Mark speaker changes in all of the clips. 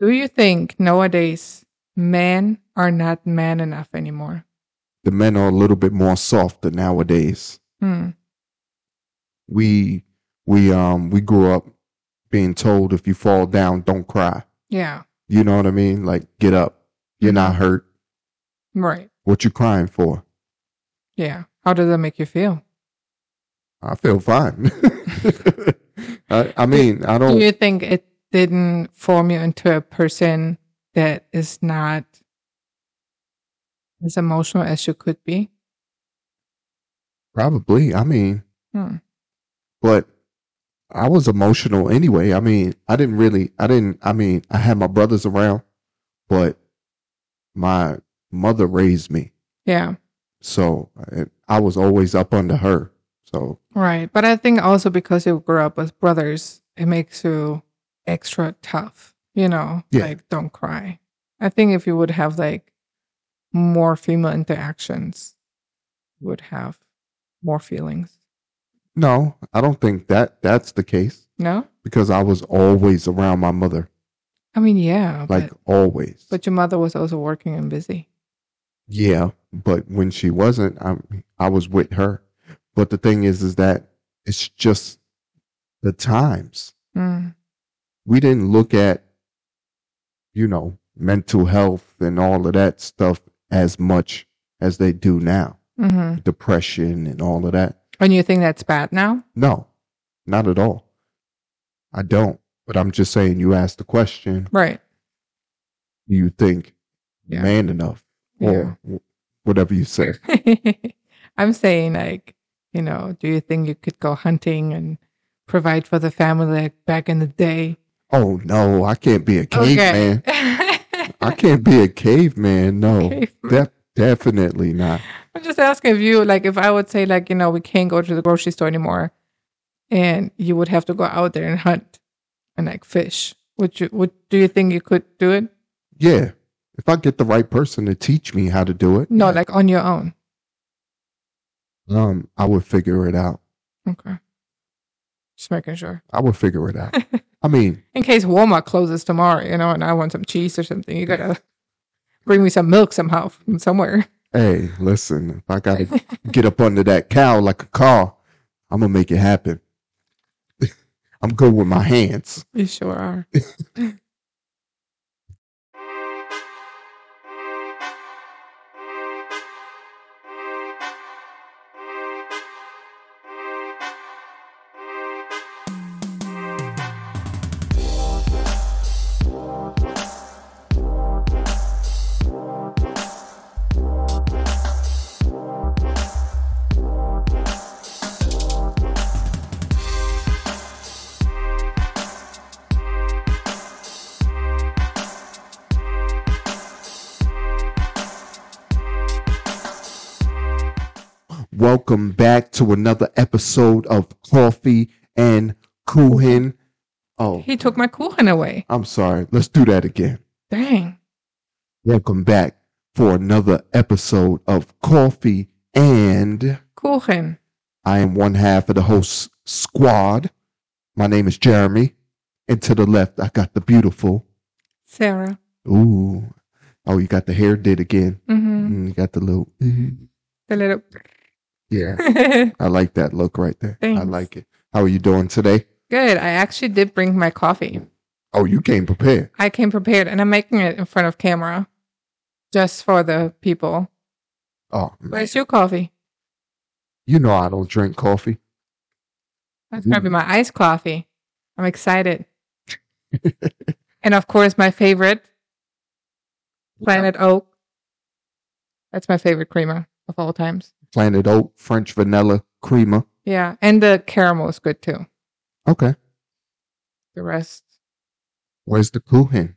Speaker 1: Do you think nowadays men are not man enough anymore?
Speaker 2: The men are a little bit more softer nowadays.
Speaker 1: Hmm.
Speaker 2: We we um we grew up being told if you fall down, don't cry.
Speaker 1: Yeah.
Speaker 2: You know what I mean? Like get up. You're not hurt.
Speaker 1: Right.
Speaker 2: What you crying for?
Speaker 1: Yeah. How does that make you feel?
Speaker 2: I feel fine. I, I mean, I
Speaker 1: Do
Speaker 2: don't.
Speaker 1: you think it didn't form you into a person that is not as emotional as you could be?
Speaker 2: Probably. I mean,
Speaker 1: Hmm.
Speaker 2: but I was emotional anyway. I mean, I didn't really, I didn't, I mean, I had my brothers around, but my mother raised me.
Speaker 1: Yeah.
Speaker 2: So I, I was always up under her. So
Speaker 1: Right. But I think also because you grew up with brothers, it makes you extra tough, you know,
Speaker 2: Yeah.
Speaker 1: like don't cry. I think if you would have like more female interactions, you would have more feelings.
Speaker 2: no, I don't think that that's the case
Speaker 1: No?
Speaker 2: because I was always around my mother,
Speaker 1: I mean, yeah,
Speaker 2: like
Speaker 1: but,
Speaker 2: always.
Speaker 1: but your mother was also working and busy.
Speaker 2: Yeah, but when she wasn't, I I was with her. But the thing is, is that it's just the times.
Speaker 1: Mm.
Speaker 2: We didn't look at, you know, mental health and all of that stuff as much as they do now.
Speaker 1: hmm
Speaker 2: Depression and all of that.
Speaker 1: And you think that's bad now?
Speaker 2: No, not at all. I don't. But I'm just saying, you asked the question.
Speaker 1: Right.
Speaker 2: Do you think
Speaker 1: Yeah.
Speaker 2: man enough or wh- whatever you say?
Speaker 1: I'm saying, like, you know, do you think you could go hunting and provide for the family like back in the day?
Speaker 2: Oh no, I can't be a caveman. I can't be a caveman. No,
Speaker 1: Caveman.
Speaker 2: def- definitely not.
Speaker 1: I'm just asking if you, like, if I would say, like, you know, we can't go to the grocery store anymore and you would have to go out there and hunt and, like, fish, would you, would, do you think you could do it?
Speaker 2: Yeah, if I get the right person to teach me how to do it,
Speaker 1: No, like on your own.
Speaker 2: um, I would figure it out.
Speaker 1: Okay. Just making sure.
Speaker 2: I would figure it out. I mean,
Speaker 1: In case Walmart closes tomorrow, you know, and I want some cheese or something, you gotta bring me some milk somehow from somewhere.
Speaker 2: hey, listen, if I gotta get up under that cow like a car, I'm gonna make it happen. I'm good with my hands.
Speaker 1: You sure are.
Speaker 2: Welcome back to another episode of Coffee and Kuhin. Oh,
Speaker 1: He took my kuchen away.
Speaker 2: I'm sorry. Let's do that again.
Speaker 1: Dang.
Speaker 2: Welcome back for another episode of Coffee and
Speaker 1: Kuchen.
Speaker 2: I am one half of the host squad. My name is Jeremy. And to the left, I got the beautiful.
Speaker 1: Sarah.
Speaker 2: Ooh. Oh, you got the hair did again.
Speaker 1: hmm
Speaker 2: Mm, you got the little.
Speaker 1: Mm-hmm.
Speaker 2: mhm.
Speaker 1: The little.
Speaker 2: Yeah.
Speaker 1: Good.
Speaker 2: I like that look right there. I
Speaker 1: Thanks.
Speaker 2: like it. How are you doing today?
Speaker 1: I actually did bring my coffee.
Speaker 2: Oh, you came prepared.
Speaker 1: I came prepared and I'm making it in front of camera just for the people.
Speaker 2: Oh, man.
Speaker 1: Where's your coffee?
Speaker 2: you know I don't drink coffee.
Speaker 1: That's going to be my iced coffee. I'm excited. and of course, my favorite, Planet Oak. That's my favorite creamer of all times.
Speaker 2: Planet oat, French vanilla, creamer.
Speaker 1: Yeah. And the caramel is good too.
Speaker 2: Okay.
Speaker 1: The rest.
Speaker 2: Where's the Kuhin?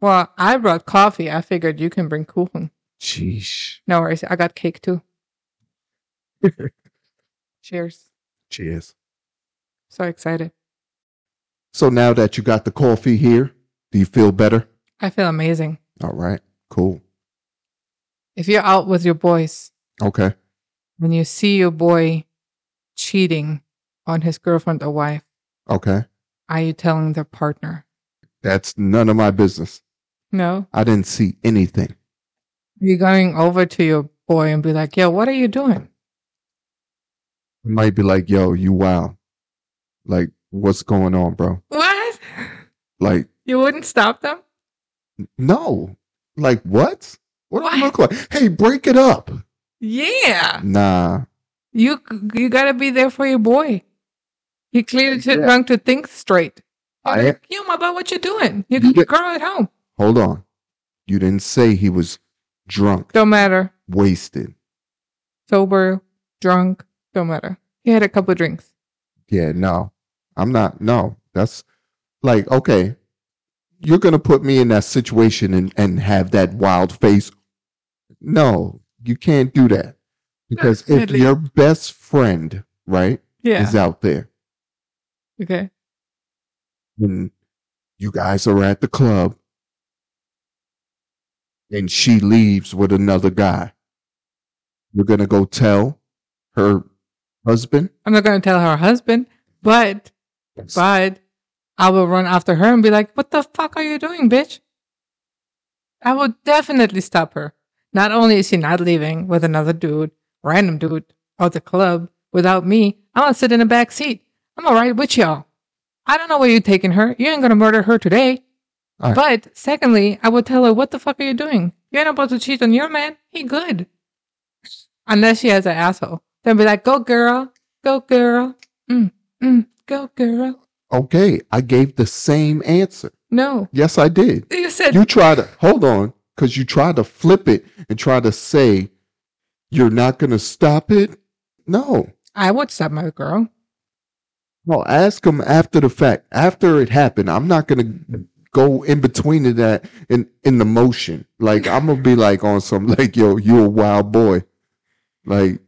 Speaker 1: Well, I brought coffee. I figured you can bring kuchen.
Speaker 2: Sheesh.
Speaker 1: No worries. I got cake too. Cheers.
Speaker 2: Cheers.
Speaker 1: So excited.
Speaker 2: So now that you got the coffee here, do you feel better?
Speaker 1: I feel amazing.
Speaker 2: All right, cool.
Speaker 1: If you're out with your boys
Speaker 2: Okay.
Speaker 1: and you see your boy cheating on his girlfriend or wife,
Speaker 2: Okay.
Speaker 1: are you telling their partner?
Speaker 2: That's none of my business.
Speaker 1: No.
Speaker 2: I didn't see anything.
Speaker 1: You're going over to your boy and be like, yo, what are you doing?
Speaker 2: It might be like, yo, you wow. Like, what's going on, bro?
Speaker 1: What?
Speaker 2: Like,
Speaker 1: You wouldn't stop them?
Speaker 2: no. Like, what? What, do I
Speaker 1: Why?
Speaker 2: look like? Hey, break it up.
Speaker 1: Yeah.
Speaker 2: Nah.
Speaker 1: You you gotta be there for your boy. He clearly too
Speaker 2: Yeah.
Speaker 1: drunk to think straight.
Speaker 2: I am-
Speaker 1: Yo, my boy, what you doing? You
Speaker 2: You
Speaker 1: got a
Speaker 2: get-
Speaker 1: girl at home.
Speaker 2: Hold on. You didn't say he was drunk,
Speaker 1: Don't matter.
Speaker 2: wasted.
Speaker 1: Sober, drunk, don't matter. He had a couple of drinks.
Speaker 2: Yeah, no. I'm not. No. That's like, okay. You're going to put me in that situation and, and have that wild face. No, you can't do that. Because if
Speaker 1: Definitely.
Speaker 2: your best friend, right,
Speaker 1: Yeah.
Speaker 2: is out there
Speaker 1: okay.
Speaker 2: and you guys are at the club and she leaves with another guy, you're going to go tell her husband?
Speaker 1: I'm not gonna tell her husband, but but I will run after her and be like, "What the fuck are you doing, bitch?" I will definitely stop her. Not only is she not leaving with another dude, random dude, out the club without me, I'm gonna sit in the back seat. I'm all right with y'all. I don't know where you're taking her. You ain't gonna murder her today.
Speaker 2: All
Speaker 1: But secondly, I will tell her, "What the fuck are you doing? You ain't about to cheat on your man. He good." Unless she has an asshole, then be like, "Go girl, go girl, mm, mm, go girl."
Speaker 2: Okay, I gave the same answer.
Speaker 1: No.
Speaker 2: Yes, I did.
Speaker 1: You said
Speaker 2: You try to hold on because you try to flip it and try to say you're not going to stop it. No,
Speaker 1: I would stop my girl.
Speaker 2: no, ask him after the fact, after it happened. I'm not going to go in between of that in, in the motion. Like, I'm going to be like on some, like, yo, you're a wild boy. Like,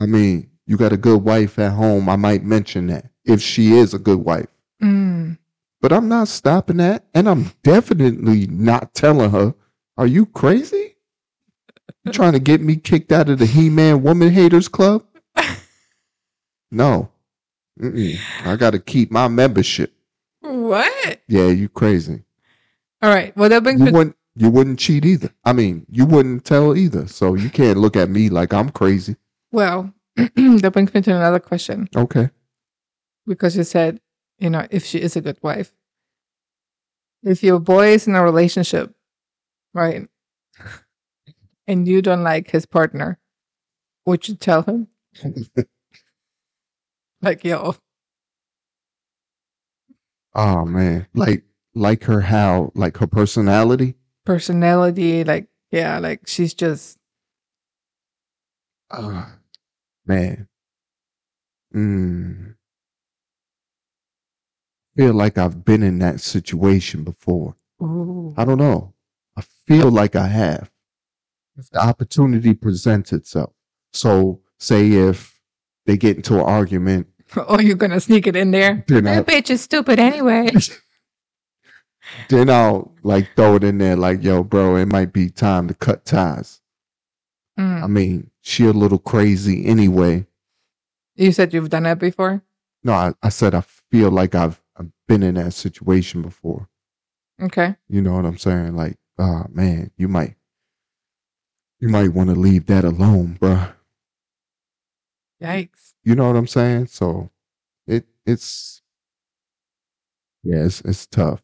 Speaker 2: I mean, you got a good wife at home. I might mention that if she is a good wife.
Speaker 1: Mm.
Speaker 2: But I'm not stopping that. And I'm definitely not telling her, Are you crazy? You trying to get me kicked out of the He Man Woman Haters Club? No. Mm-mm. I got to keep my membership.
Speaker 1: What?
Speaker 2: Yeah, you crazy.
Speaker 1: All right. Well, that brings
Speaker 2: You
Speaker 1: me.
Speaker 2: wouldn't, you wouldn't cheat either. I mean, you wouldn't tell either. So you can't look at me like I'm crazy.
Speaker 1: Well, that brings me to another question
Speaker 2: Okay.
Speaker 1: because you said, you know, if she is a good wife, if your boy is in a relationship, right, and you don't like his partner, would you tell him? like, yo,
Speaker 2: Oh, man. Like, like her how, like her personality.
Speaker 1: personality, like, yeah, like she's just
Speaker 2: Oh, man. Mm. Feel like I've been in that situation before.
Speaker 1: ooh,
Speaker 2: I don't know. I feel like I have. If the opportunity presents itself. So say if they get into an argument,
Speaker 1: oh, you're gonna sneak it in there.
Speaker 2: then I
Speaker 1: That bitch is stupid anyway.
Speaker 2: then I'll like throw it in there like, yo, bro, it might be time to cut ties.
Speaker 1: Mm.
Speaker 2: I mean, she a little crazy anyway.
Speaker 1: You said you've done that before.
Speaker 2: No, I, I said I feel like I've I've been in that situation before.
Speaker 1: Okay.
Speaker 2: You know what I'm saying? Like, ah, man, you might, you might want to leave that alone, bruh.
Speaker 1: Yikes.
Speaker 2: You know what I'm saying? So, it it's, yeah, it's, it's tough,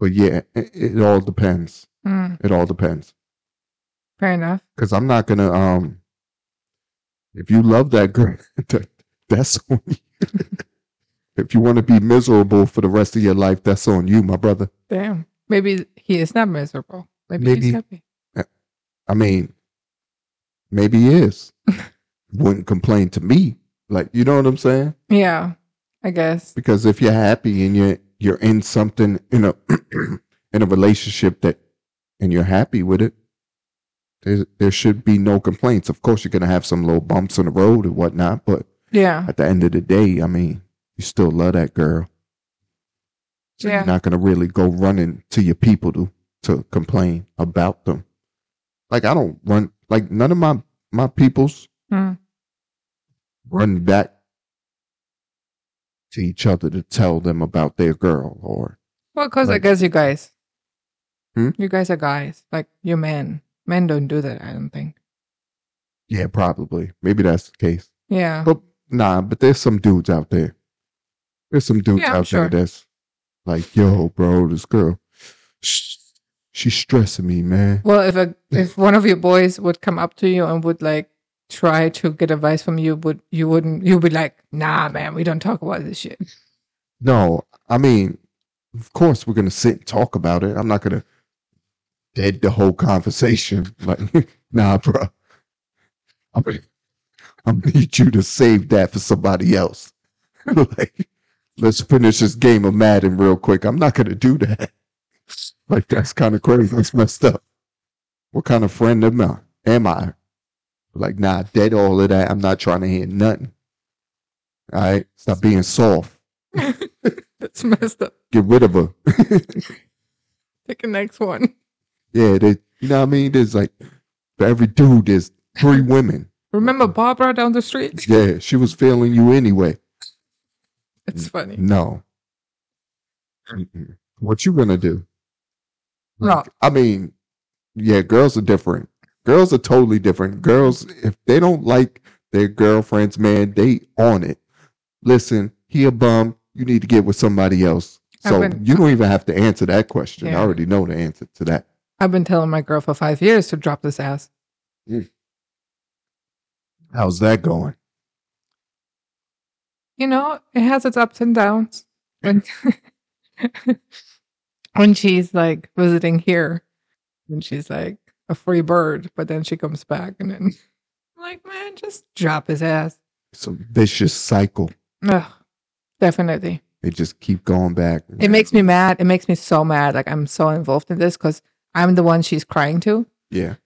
Speaker 2: but yeah, it, it all depends.
Speaker 1: Mm,
Speaker 2: It all depends.
Speaker 1: fair enough.
Speaker 2: Cause I'm not gonna, um, if you love that girl, that, that's on you. if you want to be miserable for the rest of your life, that's on you, my brother.
Speaker 1: Damn. Maybe he is not miserable. Maybe, he's
Speaker 2: Maybe.
Speaker 1: happy.
Speaker 2: I mean, maybe he is. Wouldn't complain to me. Like, you know what I'm saying?
Speaker 1: Yeah, I guess.
Speaker 2: Because if you're happy and you're you're in something in a in a relationship that and you're happy with it, there there should be no complaints. Of course you're gonna have some little bumps in the road and whatnot, but
Speaker 1: Yeah.
Speaker 2: at the end of the day, I mean, you still love that girl. So
Speaker 1: Yeah.
Speaker 2: you're not gonna really go running to your people to to complain about them. Like I don't run like none of my my peoples
Speaker 1: Mm.
Speaker 2: run back to each other to tell them about their girl or
Speaker 1: Well, because I
Speaker 2: Like-
Speaker 1: guess you guys,
Speaker 2: Hmm?
Speaker 1: you guys are guys. Like you're men. Men don't do that. I don't think.
Speaker 2: Yeah, probably. Maybe that's the case.
Speaker 1: Yeah.
Speaker 2: But nah, but there's some dudes out there. There's some dudes
Speaker 1: Yeah, I'm
Speaker 2: out
Speaker 1: sure.
Speaker 2: there that's like, yo, bro, this girl, sh- she's stressing me, man.
Speaker 1: Well, if a if one of your boys would come up to you and would like try to get advice from you, would you wouldn't you'd be like, nah, man, we don't talk about this shit.
Speaker 2: No, I mean, of course we're gonna sit and talk about it. I'm not gonna dead the whole conversation. Like, nah, bro. I'm gonna, I'm gonna need you to save that for somebody else. like, let's finish this game of Madden real quick. I'm not gonna do that. Like, that's kind of crazy. That's messed up. What kind of friend am I? Am I? Like, nah, dead all of that. I'm not trying to hear nothing. All right, stop being soft
Speaker 1: That's messed up.
Speaker 2: get rid of her.
Speaker 1: Take the next one.
Speaker 2: yeah, they, you know what I mean? There's like, for every dude, there's three women.
Speaker 1: Remember Barbara down the street?
Speaker 2: Yeah, she was failing you anyway.
Speaker 1: It's funny.
Speaker 2: No. Mm-mm. What you gonna do?
Speaker 1: No.
Speaker 2: I mean, yeah, girls are different. Girls are totally different. Girls, if they don't like their girlfriend's man, they on it. Listen, he a bum. You need to get with somebody else.
Speaker 1: I
Speaker 2: So
Speaker 1: wouldn't-
Speaker 2: you don't even have to answer that question. I
Speaker 1: Yeah.
Speaker 2: already know the answer to that.
Speaker 1: I've been telling my girl for five years to drop this ass.
Speaker 2: How's that going?
Speaker 1: You know, it has its ups and downs. When when she's like visiting here, and she's like a free bird, but then she comes back and then I'm like, man, just drop his ass.
Speaker 2: It's a vicious cycle.
Speaker 1: Ugh, definitely.
Speaker 2: They just keep going back.
Speaker 1: It makes me mad. It makes me so mad. Like I'm so involved in this because I'm the one she's crying to.
Speaker 2: Yeah.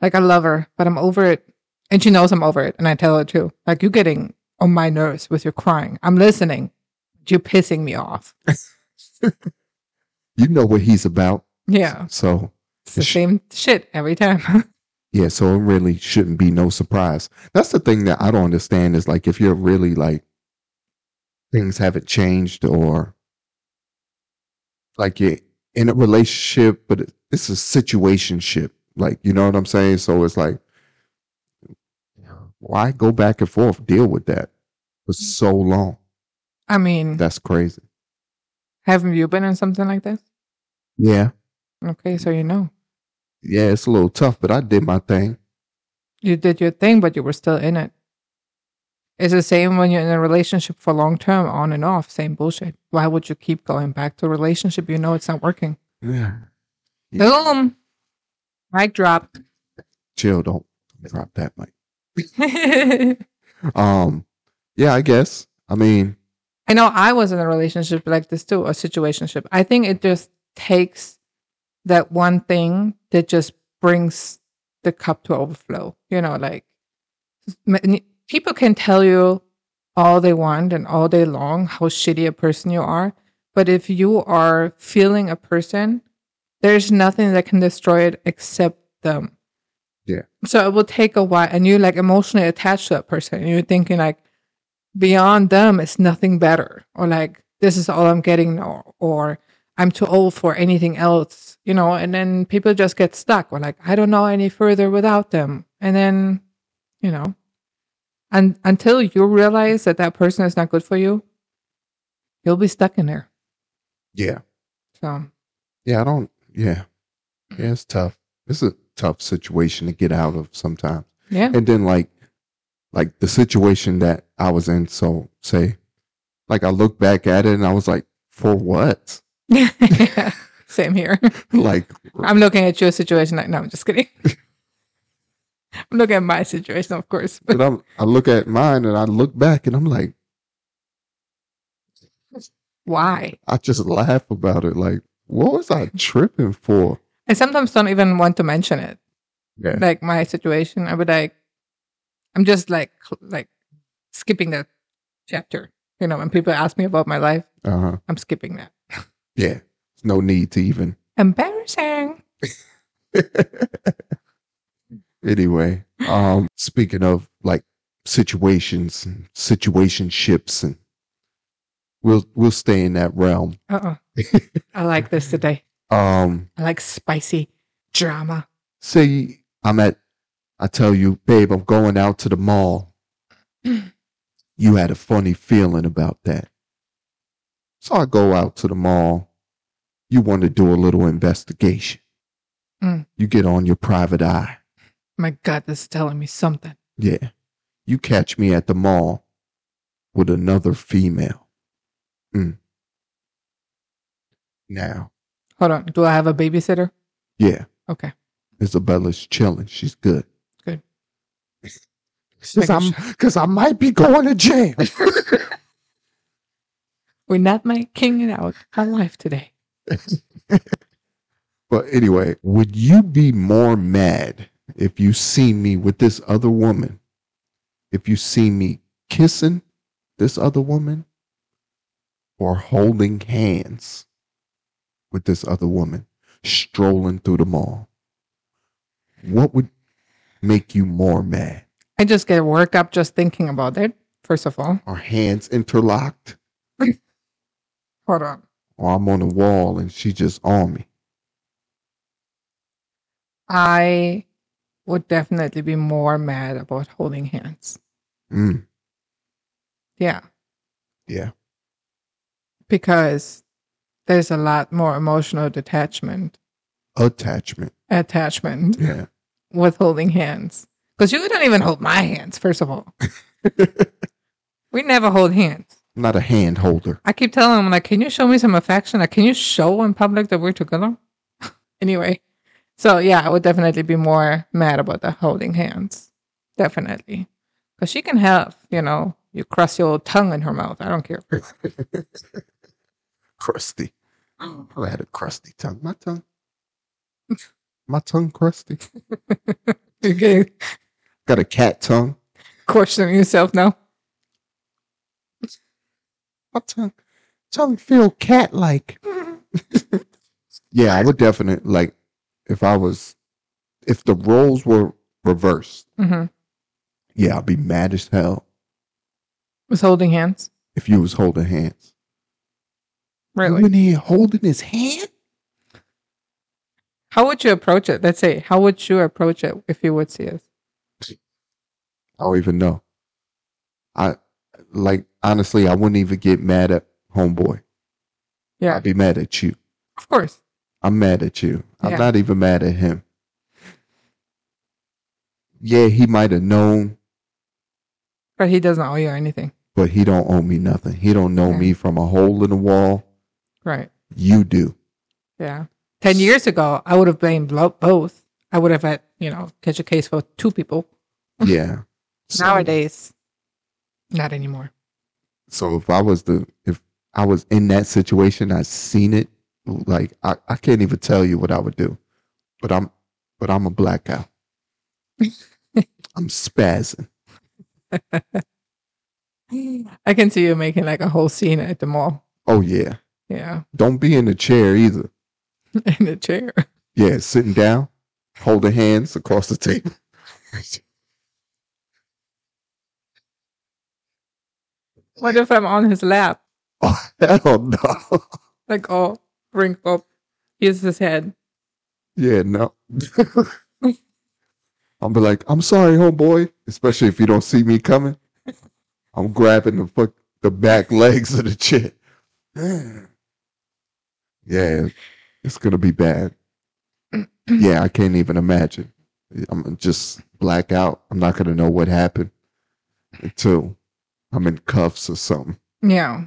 Speaker 1: Like I love her, but I'm over it, and she knows I'm over it, and I tell her too. Like you're getting on my nerves with your crying. I'm listening, but you're pissing me off.
Speaker 2: You know what he's about.
Speaker 1: Yeah,
Speaker 2: So,
Speaker 1: it's the
Speaker 2: Sh-
Speaker 1: same shit every time.
Speaker 2: yeah, so it really shouldn't be no surprise. That's the thing that I don't understand is like if you're really like things haven't changed or like you're in a relationship, but it- it's a situationship. Like, you know what I'm saying? So it's like, why go back and forth, deal with that for so long?
Speaker 1: I mean,
Speaker 2: That's crazy.
Speaker 1: haven't you been in something like this?
Speaker 2: Yeah.
Speaker 1: Okay, so you know
Speaker 2: Yeah, it's a little tough, but I did my thing.
Speaker 1: you did your thing, but you were still in it. It's the same when you're in a relationship for long term, on and off, same bullshit. Why would you keep going back to a relationship you know it's not working?
Speaker 2: Yeah.
Speaker 1: Boom. Mic drop.
Speaker 2: Chill, don't drop that mic.
Speaker 1: I
Speaker 2: Um, yeah, I guess. I mean,
Speaker 1: know I was in a relationship like this too, a situationship. I think it just takes that one thing that just brings the cup to overflow. You know, like m- people can tell you all they want and all day long how shitty a person you are, but if you are feeling a person, there's nothing that can destroy it except them.
Speaker 2: Yeah.
Speaker 1: So it will take a while, and you're like emotionally attached to that person, and you're thinking like beyond them is nothing better, or like this is all I'm getting now, or I'm too old for anything else, you know, and then people just get stuck. Or like, I don't know any further without them. And then, you know, and until you realize that that person is not good for you, you'll be stuck in there.
Speaker 2: yeah,
Speaker 1: So,
Speaker 2: yeah, I don't, yeah, yeah, it's tough. It's a tough situation to get out of sometimes.
Speaker 1: yeah.
Speaker 2: And then, like, like the situation that I was in. So, say, like, I look back at it and I was like, for what?
Speaker 1: Same here.
Speaker 2: Like,
Speaker 1: I'm looking at your situation. Like, no, I'm just kidding. I'm looking at my situation, of course. But
Speaker 2: but I'm, I look at mine and I look back and I'm like,
Speaker 1: why?
Speaker 2: I just laugh about it. Like, what was I tripping for?
Speaker 1: I sometimes don't even want to mention it.
Speaker 2: Yeah.
Speaker 1: like my situation, I would like, I'm just like cl- like skipping that chapter. You know, when people ask me about my life,
Speaker 2: Uh huh.
Speaker 1: I'm skipping that.
Speaker 2: Yeah. No need to even.
Speaker 1: Embarrassing.
Speaker 2: anyway, um, speaking of like situations and situationships and We'll we'll stay in that realm.
Speaker 1: Uh oh. I like this today.
Speaker 2: Um,
Speaker 1: I like spicy drama.
Speaker 2: say I'm at, I tell you, babe, I'm going out to the mall. you had a funny feeling about that. So I go out to the mall. You want to do a little investigation.
Speaker 1: Mm.
Speaker 2: You get on your private eye.
Speaker 1: My gut is telling me something.
Speaker 2: Yeah. You catch me at the mall with another female. Mm. Now,
Speaker 1: Hold on. Do I have a babysitter?
Speaker 2: yeah.
Speaker 1: Okay.
Speaker 2: Isabella's chilling. She's good.
Speaker 1: Good.
Speaker 2: Because I'm because I might be going to jail.
Speaker 1: We're not making it out our life today.
Speaker 2: but anyway, would you be more mad if you see me with this other woman? If you see me kissing this other woman or holding hands with this other woman strolling through the mall? What would make you more mad?
Speaker 1: I just get worked up just thinking about it, first of all.
Speaker 2: Are hands interlocked?
Speaker 1: Hold on.
Speaker 2: or I'm on the wall and she just on me.
Speaker 1: I would definitely be more mad about holding hands.
Speaker 2: Mm,
Speaker 1: Yeah.
Speaker 2: yeah.
Speaker 1: Because there's a lot more emotional detachment,
Speaker 2: Attachment.
Speaker 1: attachment
Speaker 2: Yeah.
Speaker 1: with holding hands. Because you don't even hold my hands, first of all. we never hold hands.
Speaker 2: Not a hand holder.
Speaker 1: I keep telling him, like, can you show me some affection? Like, can you show in public that we're together? anyway, so yeah, I would definitely be more mad about the holding hands. Definitely. Because she can have, you know, you cross your old tongue in her mouth. I don't care.
Speaker 2: Crusty.
Speaker 1: Mm.
Speaker 2: I had a crusty tongue. My tongue. My tongue crusty.
Speaker 1: You're getting-
Speaker 2: Got a cat tongue.
Speaker 1: questioning yourself now.
Speaker 2: My tongue. Tongue feel cat like. Yeah, I would definitely like if I was if the roles were reversed,
Speaker 1: hmm
Speaker 2: yeah, I'd be mad as hell
Speaker 1: Was holding hands.
Speaker 2: if you was holding hands. You
Speaker 1: Really?
Speaker 2: in here holding his hand?
Speaker 1: How would you approach it? Let's say, how would you approach it if you would see us?
Speaker 2: I don't even know. I like honestly, I wouldn't even get mad at homeboy.
Speaker 1: Yeah,
Speaker 2: I'd be mad at you.
Speaker 1: of course.
Speaker 2: I'm mad at you. I'm
Speaker 1: Yeah.
Speaker 2: not even mad at him. Yeah, he might have known,
Speaker 1: But he doesn't owe you anything.
Speaker 2: but he don't owe me nothing. He don't know
Speaker 1: Yeah.
Speaker 2: me from a hole in the wall.
Speaker 1: Right.
Speaker 2: You do.
Speaker 1: Yeah. 10 years ago, I would have blamed blo- both. I would have had, you know, catch a case for two people.
Speaker 2: Yeah. So-
Speaker 1: Nowadays, not anymore.
Speaker 2: So if I was the if I was in that situation, I seen it. Like I, I can't even tell you what I would do, but I'm but I'm a blackout. I'm spazzing.
Speaker 1: I can see you making like a whole scene at the mall.
Speaker 2: Oh yeah,
Speaker 1: Yeah.
Speaker 2: don't be in the chair either.
Speaker 1: In the chair.
Speaker 2: Yeah, sitting down, holding hands across the table.
Speaker 1: What if I'm on his lap?
Speaker 2: Oh hell no!
Speaker 1: Like all wrinkled. Here's his head.
Speaker 2: Yeah, no. I'm be like, I'm sorry, homeboy. Especially if you don't see me coming. I'm grabbing the fuck the back legs of the chair. Yeah, it's gonna be bad. Yeah, I can't even imagine. I'm just black out. I'm not gonna know what happened until I'm in cuffs or something.
Speaker 1: Yeah.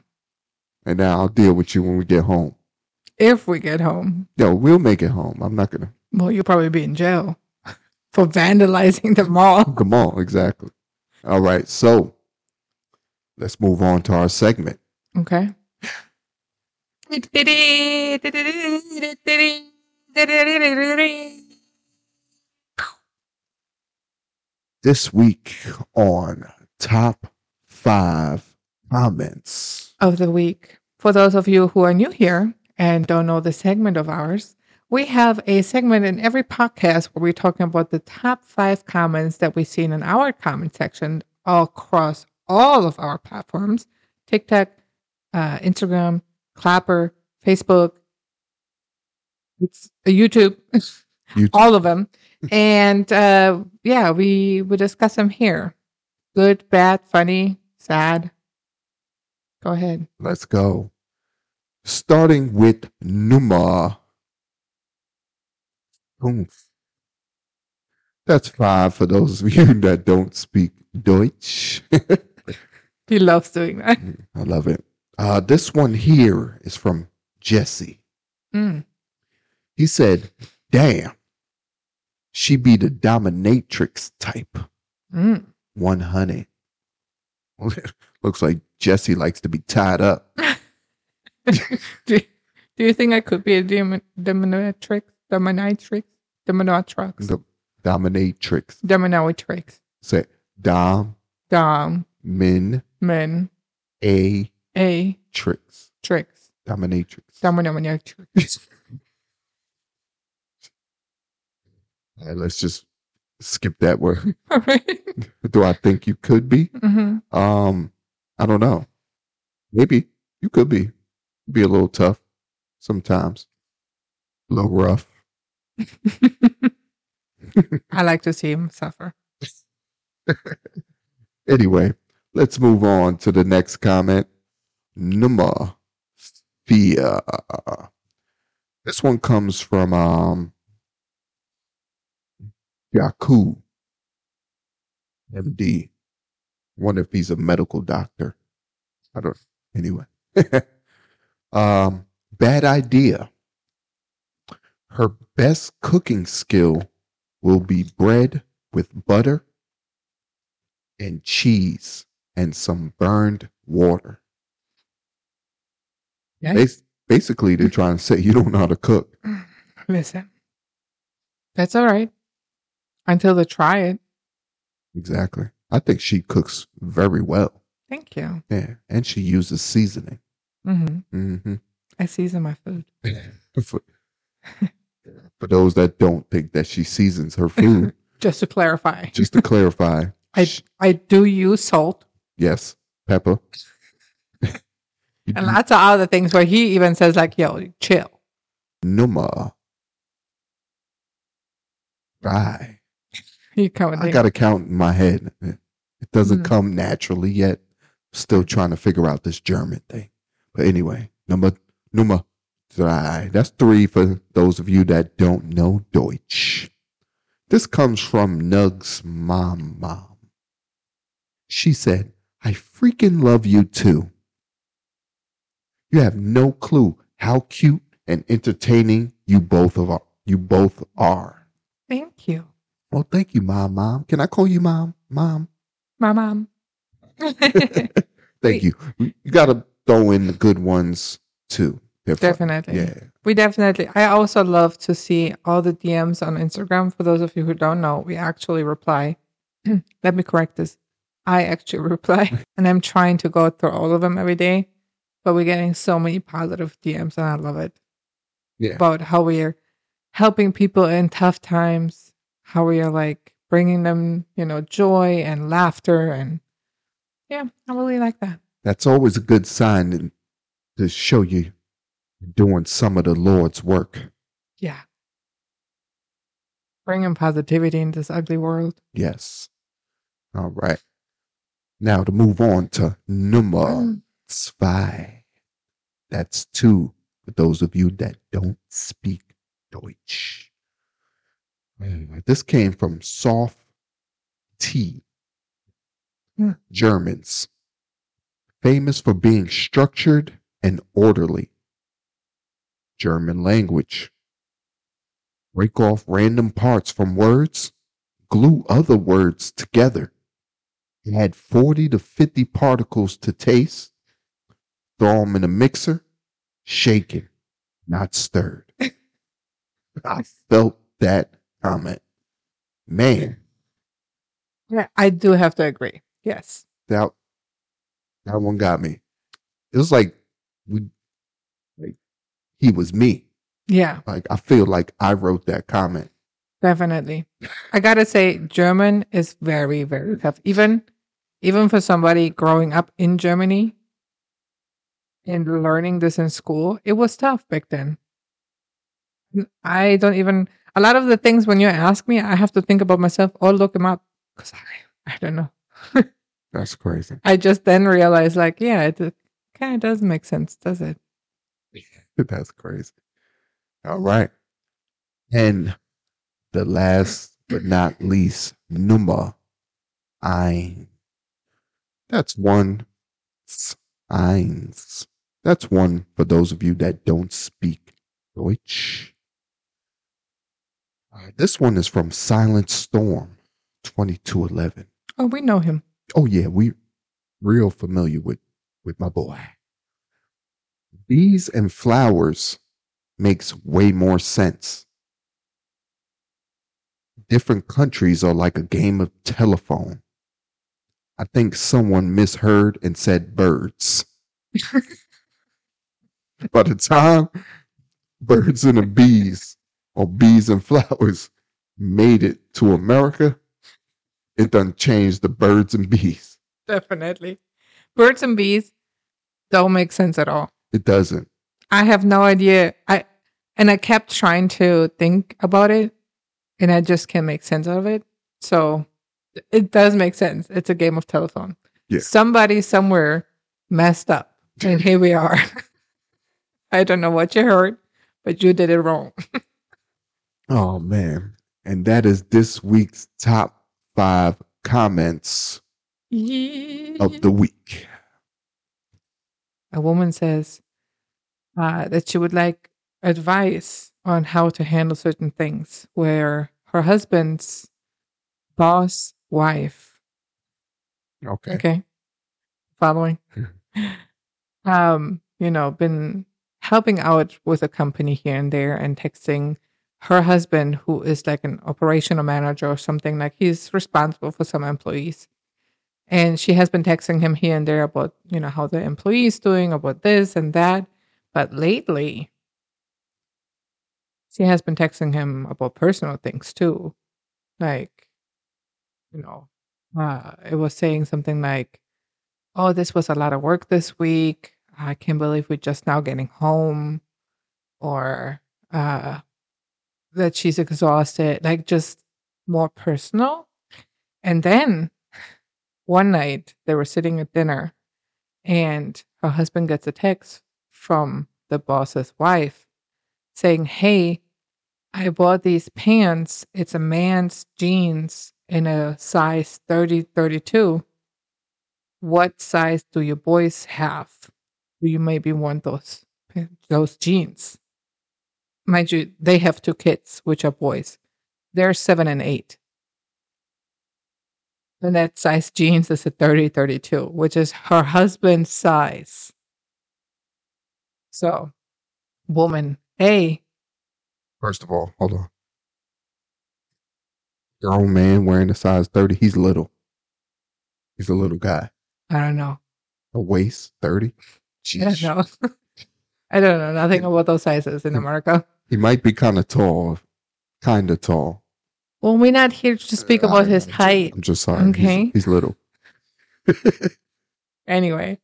Speaker 2: And now I'll deal with you when we get home.
Speaker 1: If we get home,
Speaker 2: No, we'll make it home. I'm not gonna
Speaker 1: well, you'll probably be in jail for vandalizing the mall.
Speaker 2: Come on, exactly. All right, so let's move on to our segment.
Speaker 1: Okay.
Speaker 2: This week on top five comments.
Speaker 1: of the week. For those of you who are new here and don't know the segment of ours, we have a segment in every podcast where we're talking about the top five comments that we've seen in our comment section all across all of our platforms TikTok, uh, Instagram, Clapper, Facebook, it's uh, YouTube,
Speaker 2: YouTube.
Speaker 1: all of them. and uh, yeah, we will discuss them here. Good, bad, funny, sad. Go ahead.
Speaker 2: Let's go. Starting with Numa. Oomph. That's five for those of you that don't speak Deutsch.
Speaker 1: He loves doing that.
Speaker 2: I love it. Uh, this one here is from Jesse.
Speaker 1: Mm.
Speaker 2: He said, Damn, she be the dominatrix type.
Speaker 1: Mm.
Speaker 2: 100. Looks like Jesse likes to be tied up.
Speaker 1: do, do you think I could be a demon, dominatrix, dominatrix, dominatrix,
Speaker 2: The dominatrix.
Speaker 1: dominatrix,
Speaker 2: Say dom
Speaker 1: dom,
Speaker 2: min
Speaker 1: men,
Speaker 2: a
Speaker 1: a,
Speaker 2: tricks.
Speaker 1: tricks,
Speaker 2: Dominatrix.
Speaker 1: dominatrix.
Speaker 2: All right, let's just skip that word.
Speaker 1: All right.
Speaker 2: Do I think you could be?
Speaker 1: hmm
Speaker 2: Um, I don't know. Maybe you could be. Be a little tough sometimes. A little rough.
Speaker 1: I like to see him suffer.
Speaker 2: Anyway, let's move on to the next comment. Number fear. This one comes from um Yaku MD. Wonder if he's a medical doctor. I don't anyway. um bad idea. Her best cooking skill will be bread with butter and cheese and some burned water.
Speaker 1: Yeah.
Speaker 2: Bas- basically, they're trying to say you don't know how to cook.
Speaker 1: Listen, that's all right until they try it.
Speaker 2: Exactly. I think she cooks very well.
Speaker 1: Thank you.
Speaker 2: Yeah, and she uses seasoning.
Speaker 1: hmm
Speaker 2: hmm
Speaker 1: I season my food.
Speaker 2: For, for those that don't think that she seasons her food,
Speaker 1: Just to clarify,
Speaker 2: just to clarify,
Speaker 1: I
Speaker 2: sh-
Speaker 1: I do use salt
Speaker 2: yes, pepper.
Speaker 1: and lots of other things where he even says like, "Yo, chill."
Speaker 2: Numa. Right.
Speaker 1: You come
Speaker 2: I
Speaker 1: with
Speaker 2: got to count in my head. It doesn't
Speaker 1: Mhm.
Speaker 2: come naturally yet. Still trying to figure out this German thing. But anyway, number number three. That's three for those of you that don't know Deutsch. This comes from Nug's mom. Mom. She said, "I freaking love you too. You have no clue how cute and entertaining you both of are. You both are."
Speaker 1: Thank you,
Speaker 2: Well, thank you, mom. Mom, can I call you mom? Mom,
Speaker 1: my mom.
Speaker 2: thank
Speaker 1: Wait.
Speaker 2: you. You got to throw in the good ones too. They're fun.
Speaker 1: definitely.
Speaker 2: yeah.
Speaker 1: We definitely. I also love to see all the DMs on Instagram. For those of you who don't know, we actually reply. Let me correct this. I actually reply, and I'm trying to go through all of them every day, but we're getting so many positive DMs, and I love it.
Speaker 2: Yeah.
Speaker 1: About how we are helping people in tough times, how we are like bringing them, you know, joy and laughter, and yeah, I really like that.
Speaker 2: That's always a good sign and to show you doing some of the Lord's work.
Speaker 1: Yeah. Bringing positivity in this ugly world.
Speaker 2: Yes. All right. Now to move on to number
Speaker 1: Um,
Speaker 2: five. That's two for those of you that don't speak Deutsch. Anyway, this came from Soft T.
Speaker 1: Hmm.
Speaker 2: Germans, famous for being structured and orderly. German language. Break off random parts from words, glue other words together. Add 40 to 50 particles to taste, throw them in a mixer, shaken, not stirred. I felt that comment. Man,
Speaker 1: Yeah, I do have to agree. Yes.
Speaker 2: that that one got me. It was like we like he was me.
Speaker 1: Yeah,
Speaker 2: Like I feel like I wrote that comment.
Speaker 1: definitely. I gotta say, German is very, very tough. Even even for somebody growing up in Germany, in learning this in school, it was tough back then. I don't even, a lot of the things when you ask me, I have to think about myself or look them up because I, I don't know.
Speaker 2: That's crazy.
Speaker 1: I just then realized, like, yeah, it kind of does make sense, does it?
Speaker 2: That's crazy. All right. And the last but not least, number ein. That's one eins. That's one for those of you that don't speak Deutsch. Uh, this one is from Silent Storm 2211.
Speaker 1: Oh, we know him.
Speaker 2: Oh yeah, we real familiar with with my boy. Bees and flowers makes way more sense. Different countries are like a game of telephone. I think someone misheard and said birds. By the time birds and the bees or bees and flowers made it to America, it done changed the birds and bees.
Speaker 1: Definitely. Birds and bees don't make sense at all.
Speaker 2: It doesn't.
Speaker 1: I have no idea. I and I kept trying to think about it and I just can't make sense of it. So it does make sense. It's a game of telephone.
Speaker 2: Yeah.
Speaker 1: Somebody somewhere messed up. And here we are. I don't know what you heard, but you did it wrong.
Speaker 2: Oh man. And that is this week's top five comments
Speaker 1: Mm-hmm.
Speaker 2: of the week.
Speaker 1: a woman says uh, that she would like advice on how to handle certain things where her husband's boss wife
Speaker 2: Okay.
Speaker 1: okay following um you know been helping out with a company here and there and texting her husband who is like an operational manager or something like he's responsible for some employees and she has been texting him here and there about you know how the employee's doing about this and that but lately she has been texting him about personal things too like you know uh, it was saying something like oh this was a lot of work this week i can't believe we're just now getting home or uh that she's exhausted like just more personal and then one night they were sitting at dinner and her husband gets a text from the boss's wife saying, Hey, I bought these pants. It's a man's jeans in a size 30 32. What size do your boys have? Do you maybe want those those jeans? Mind you, they have two kids, which are boys. They're seven and eight. And that size jeans is a 30 32, which is her husband's size. So, woman, hey,
Speaker 2: First of all, hold on. Grown man wearing a size 30. He's little. He's a little guy.
Speaker 1: I don't know.
Speaker 2: A waist 30.
Speaker 1: I don't
Speaker 2: Jeez.
Speaker 1: know. I don't know nothing about those sizes in America.
Speaker 2: He might be kind of tall. Kind of tall.
Speaker 1: Well, we're not here to speak
Speaker 2: Uh,
Speaker 1: about
Speaker 2: I'm
Speaker 1: his
Speaker 2: just-
Speaker 1: height.
Speaker 2: I'm just sorry. He's-
Speaker 1: Okay.
Speaker 2: He's, little.
Speaker 1: Anyway,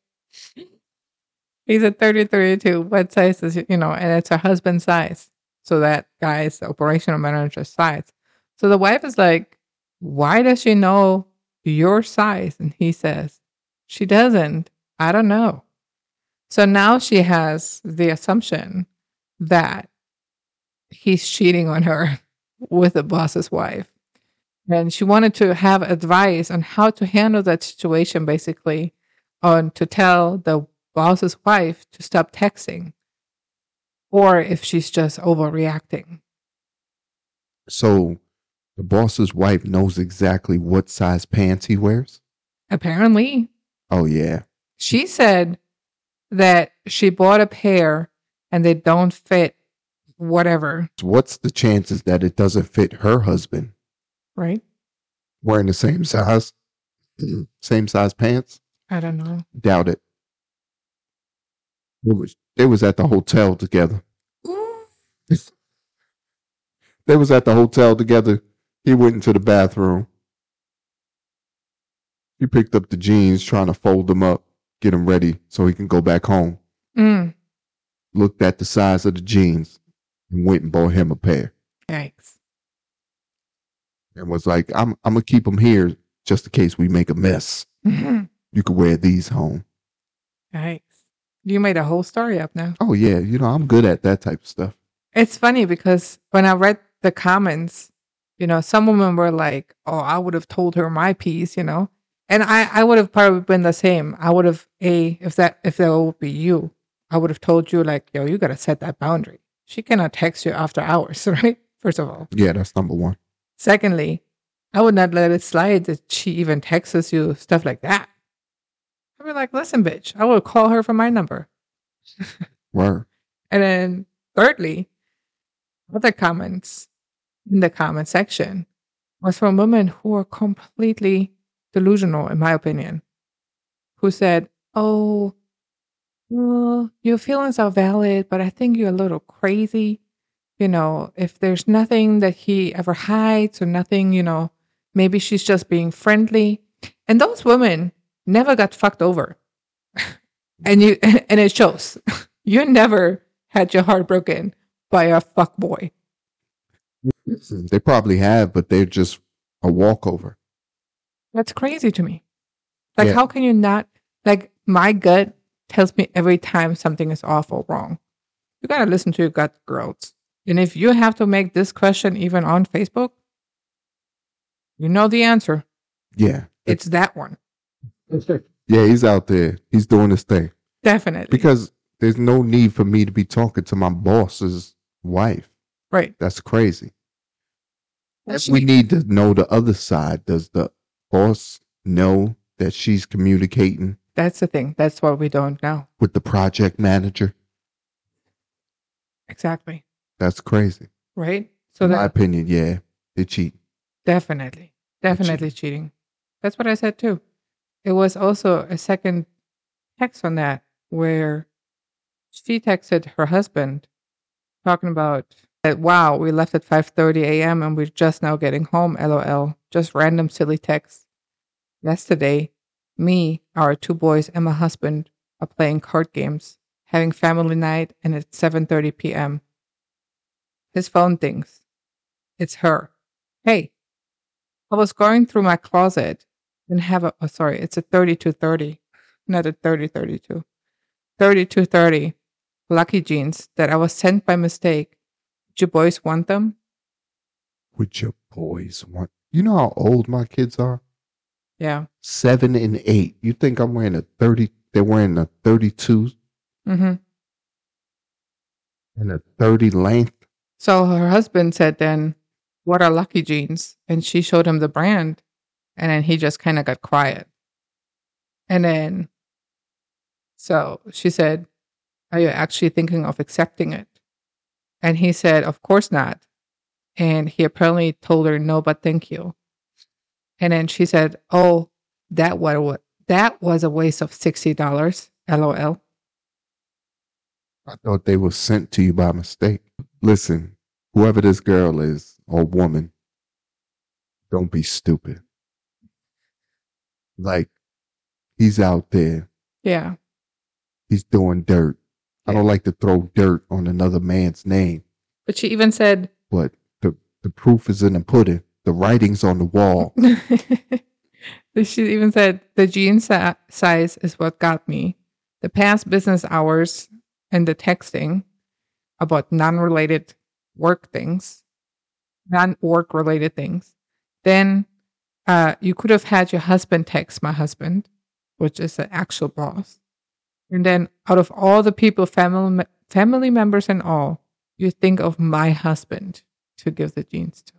Speaker 1: he's a 30 32. What size is, you know, and it's her husband's size. So that guy's the operational manager's size. So the wife is like, why does she know your size? And he says, she doesn't. I don't know. So now she has the assumption that he's cheating on her with the boss's wife. And she wanted to have advice on how to handle that situation, basically, on to tell the boss's wife to stop texting or if she's just overreacting.
Speaker 2: So the boss's wife knows exactly what size pants he wears.
Speaker 1: Apparently,
Speaker 2: Oh, yeah.
Speaker 1: she said that she bought a pair and they don't fit whatever,
Speaker 2: So what's the chances that it doesn't fit her husband
Speaker 1: right?
Speaker 2: wearing the same size, same size pants?
Speaker 1: I don't know.
Speaker 2: Doubt it. They was, they was at the hotel together. They was at the hotel together. He went into the bathroom. He picked up the jeans, trying to fold them up, get them ready so he can go back home.
Speaker 1: Mm.
Speaker 2: looked at the size of the jeans, and went and bought him a pair,
Speaker 1: Yikes.
Speaker 2: and was like, "I'm I'm gonna keep them here just in case we make a mess. You could wear these home."
Speaker 1: Yikes. You made a whole story up now.
Speaker 2: Oh yeah, you know I'm good at that type of stuff.
Speaker 1: It's funny because when I read the comments, you know, some women were like, "Oh, I would have told her my piece," you know, and I, I would have probably been the same. I would have a if that if that would be you, I would have told you like, "Yo, you gotta set that boundary. She cannot text you after hours, right? First of all,
Speaker 2: Yeah, that's number one.
Speaker 1: Secondly, I would not let it slide that she even texts you stuff like that. I'd be like, listen, bitch, I will call her from my number.
Speaker 2: Word.
Speaker 1: And then thirdly, other comments in the comment section was from women who are completely delusional, in my opinion, who said, Oh, well, your feelings are valid, but I think you're a little crazy. You know, if there's nothing that he ever hides or nothing, you know, maybe she's just being friendly. And those women never got fucked over. and you and it shows. You never had your heart broken by a fuck boy.
Speaker 2: They probably have, but they're just a walkover.
Speaker 1: That's crazy to me. Like,
Speaker 2: Yeah.
Speaker 1: how can you not? Like, my gut tells me every time something is off or wrong. You gotta listen to your gut, girls. And if you have to make this question even on Facebook, you know the answer.
Speaker 2: Yeah.
Speaker 1: It's that one.
Speaker 2: Yeah, he's out there. He's doing his thing.
Speaker 1: Definitely.
Speaker 2: Because there's no need for me to be talking to my boss's wife.
Speaker 1: right.
Speaker 2: That's crazy.
Speaker 1: Well, she-
Speaker 2: we need to know the other side. Does the boss know that she's communicating
Speaker 1: That's the thing. That's what we don't know.
Speaker 2: with the project manager?
Speaker 1: Exactly.
Speaker 2: That's crazy.
Speaker 1: Right? So
Speaker 2: In my
Speaker 1: that
Speaker 2: opinion, yeah. They cheat.
Speaker 1: Definitely.
Speaker 2: cheating.
Speaker 1: Definitely cheating. That's what I said too. It was also a second text on that where she texted her husband talking about that wow, we left at 5:30 a.m. and we're just now getting home. LOL. Just random silly text. Yesterday, me, our two boys and my husband are playing card games, having family night and it's 7:30 p.m. His phone dings. It's her. Hey, I was going through my closet and have a oh, sorry, it's a 3230, not a 3032. 3230 lucky jeans that I was sent by mistake. Did you boys want them?
Speaker 2: With your boys want you know how old my kids are?
Speaker 1: Yeah.
Speaker 2: Seven and eight. You think I'm wearing a thirty they're wearing a thirty two
Speaker 1: hmm
Speaker 2: and a thirty length?
Speaker 1: So her husband said then, What are lucky jeans? And she showed him the brand. And then he just kind of got quiet. And then, so she said, Are you actually thinking of accepting it? And he said, Of course not. And he apparently told her, No, but thank you. And then she said, Oh, that was, that was a waste of $60. LOL.
Speaker 2: I thought they were sent to you by mistake. Listen, whoever this girl is or woman, don't be stupid. Like, he's out there,
Speaker 1: Yeah.
Speaker 2: he's doing dirt. I don't like to throw dirt on another man's name,
Speaker 1: But she even said,
Speaker 2: but the, the proof is in the pudding. The writing's on the wall.
Speaker 1: she even said the jean si- size is what got me. The past business hours and the texting about non-related work things, non-work related things. Then uh, you could have had your husband text my husband, which is the actual boss. And then out of all the people, family family members and all, you think of my husband to give the jeans to.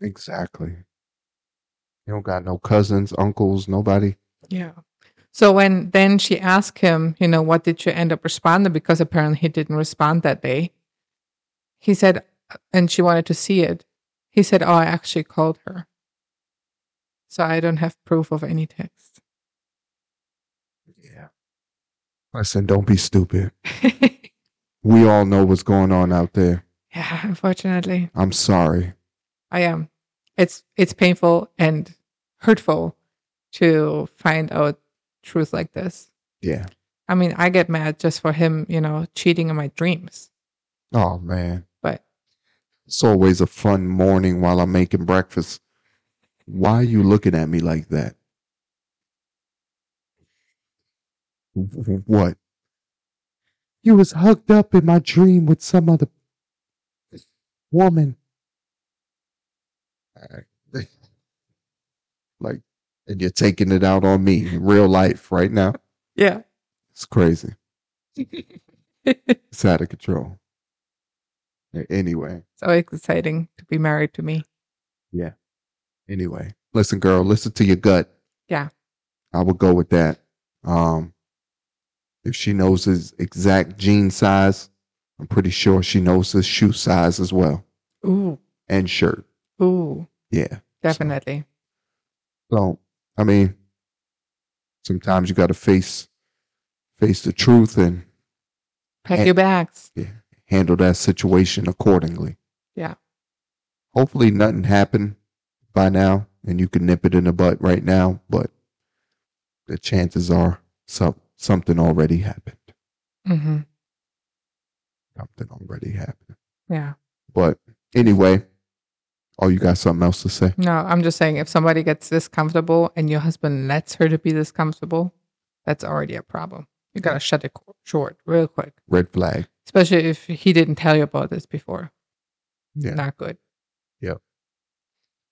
Speaker 2: Exactly. You don't got no cousins, uncles, nobody.
Speaker 1: Yeah. So when then she asked him, you know, what did you end up responding? Because apparently he didn't respond that day. He said, uh, and she wanted to see it. He said, Oh, I actually called her. So I don't have proof of any text.
Speaker 2: Yeah. Listen, don't be stupid. We all know what's going on out there.
Speaker 1: yeah, unfortunately,
Speaker 2: I'm sorry.
Speaker 1: I am. It's it's painful and hurtful to find out truth like this.
Speaker 2: Yeah.
Speaker 1: I mean, I get mad just for him, you know, cheating in my dreams.
Speaker 2: Oh man,
Speaker 1: But
Speaker 2: it's always a fun morning while I'm making breakfast. Why are you looking at me like that? W- What? You was hooked up in my dream with some other woman. Like, and you're taking it out on me in real life right now.
Speaker 1: yeah.
Speaker 2: It's crazy. It's out of control. A- Anyway,
Speaker 1: so exciting to be married to me.
Speaker 2: anyway. Listen, girl, listen to your gut.
Speaker 1: Yeah.
Speaker 2: I would go with that. Um if she knows his exact jean size, I'm pretty sure she knows his shoe size as well.
Speaker 1: Ooh,
Speaker 2: And shirt.
Speaker 1: ooh,
Speaker 2: Yeah.
Speaker 1: definitely.
Speaker 2: So I mean sometimes you gotta face face the truth and
Speaker 1: Pack
Speaker 2: And-
Speaker 1: your bags.
Speaker 2: handle that situation accordingly.
Speaker 1: Yeah.
Speaker 2: Hopefully nothing happened by now and you can nip it in the butt right now, but the chances are some, something already happened.
Speaker 1: hmm
Speaker 2: Something already happened.
Speaker 1: Yeah.
Speaker 2: But anyway, oh, you got something else to say?
Speaker 1: No, I'm just saying if somebody gets this comfortable and your husband lets her to be this comfortable, that's already a problem. You got to shut it co- short real quick,
Speaker 2: Red flag.
Speaker 1: especially if he didn't tell you about this before.
Speaker 2: Yeah.
Speaker 1: Not good.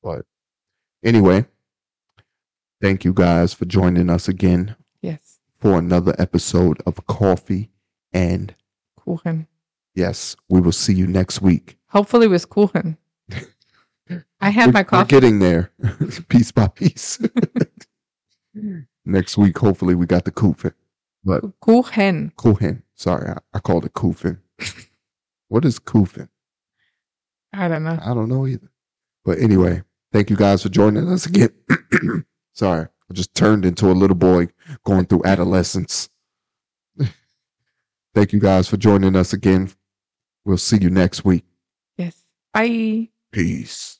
Speaker 2: But anyway, thank you guys for joining us again
Speaker 1: Yes.
Speaker 2: for another episode of Coffee and
Speaker 1: Kuchen.
Speaker 2: yes, we will see you next week.
Speaker 1: Hopefully with Kuchen. I had
Speaker 2: we're,
Speaker 1: my
Speaker 2: we're
Speaker 1: coffee.
Speaker 2: getting there, piece by piece. Next week, hopefully, we got the Kufin. But
Speaker 1: Kuchen.
Speaker 2: Kuhin, sorry, I, I called it Kufin. what is Kufin?
Speaker 1: I don't know.
Speaker 2: I don't know either. But anyway, thank you guys for joining us again. sorry, I just turned into a little boy going through adolescence. thank you guys for joining us again. We'll see you next week.
Speaker 1: Yes. Bye.
Speaker 2: Peace.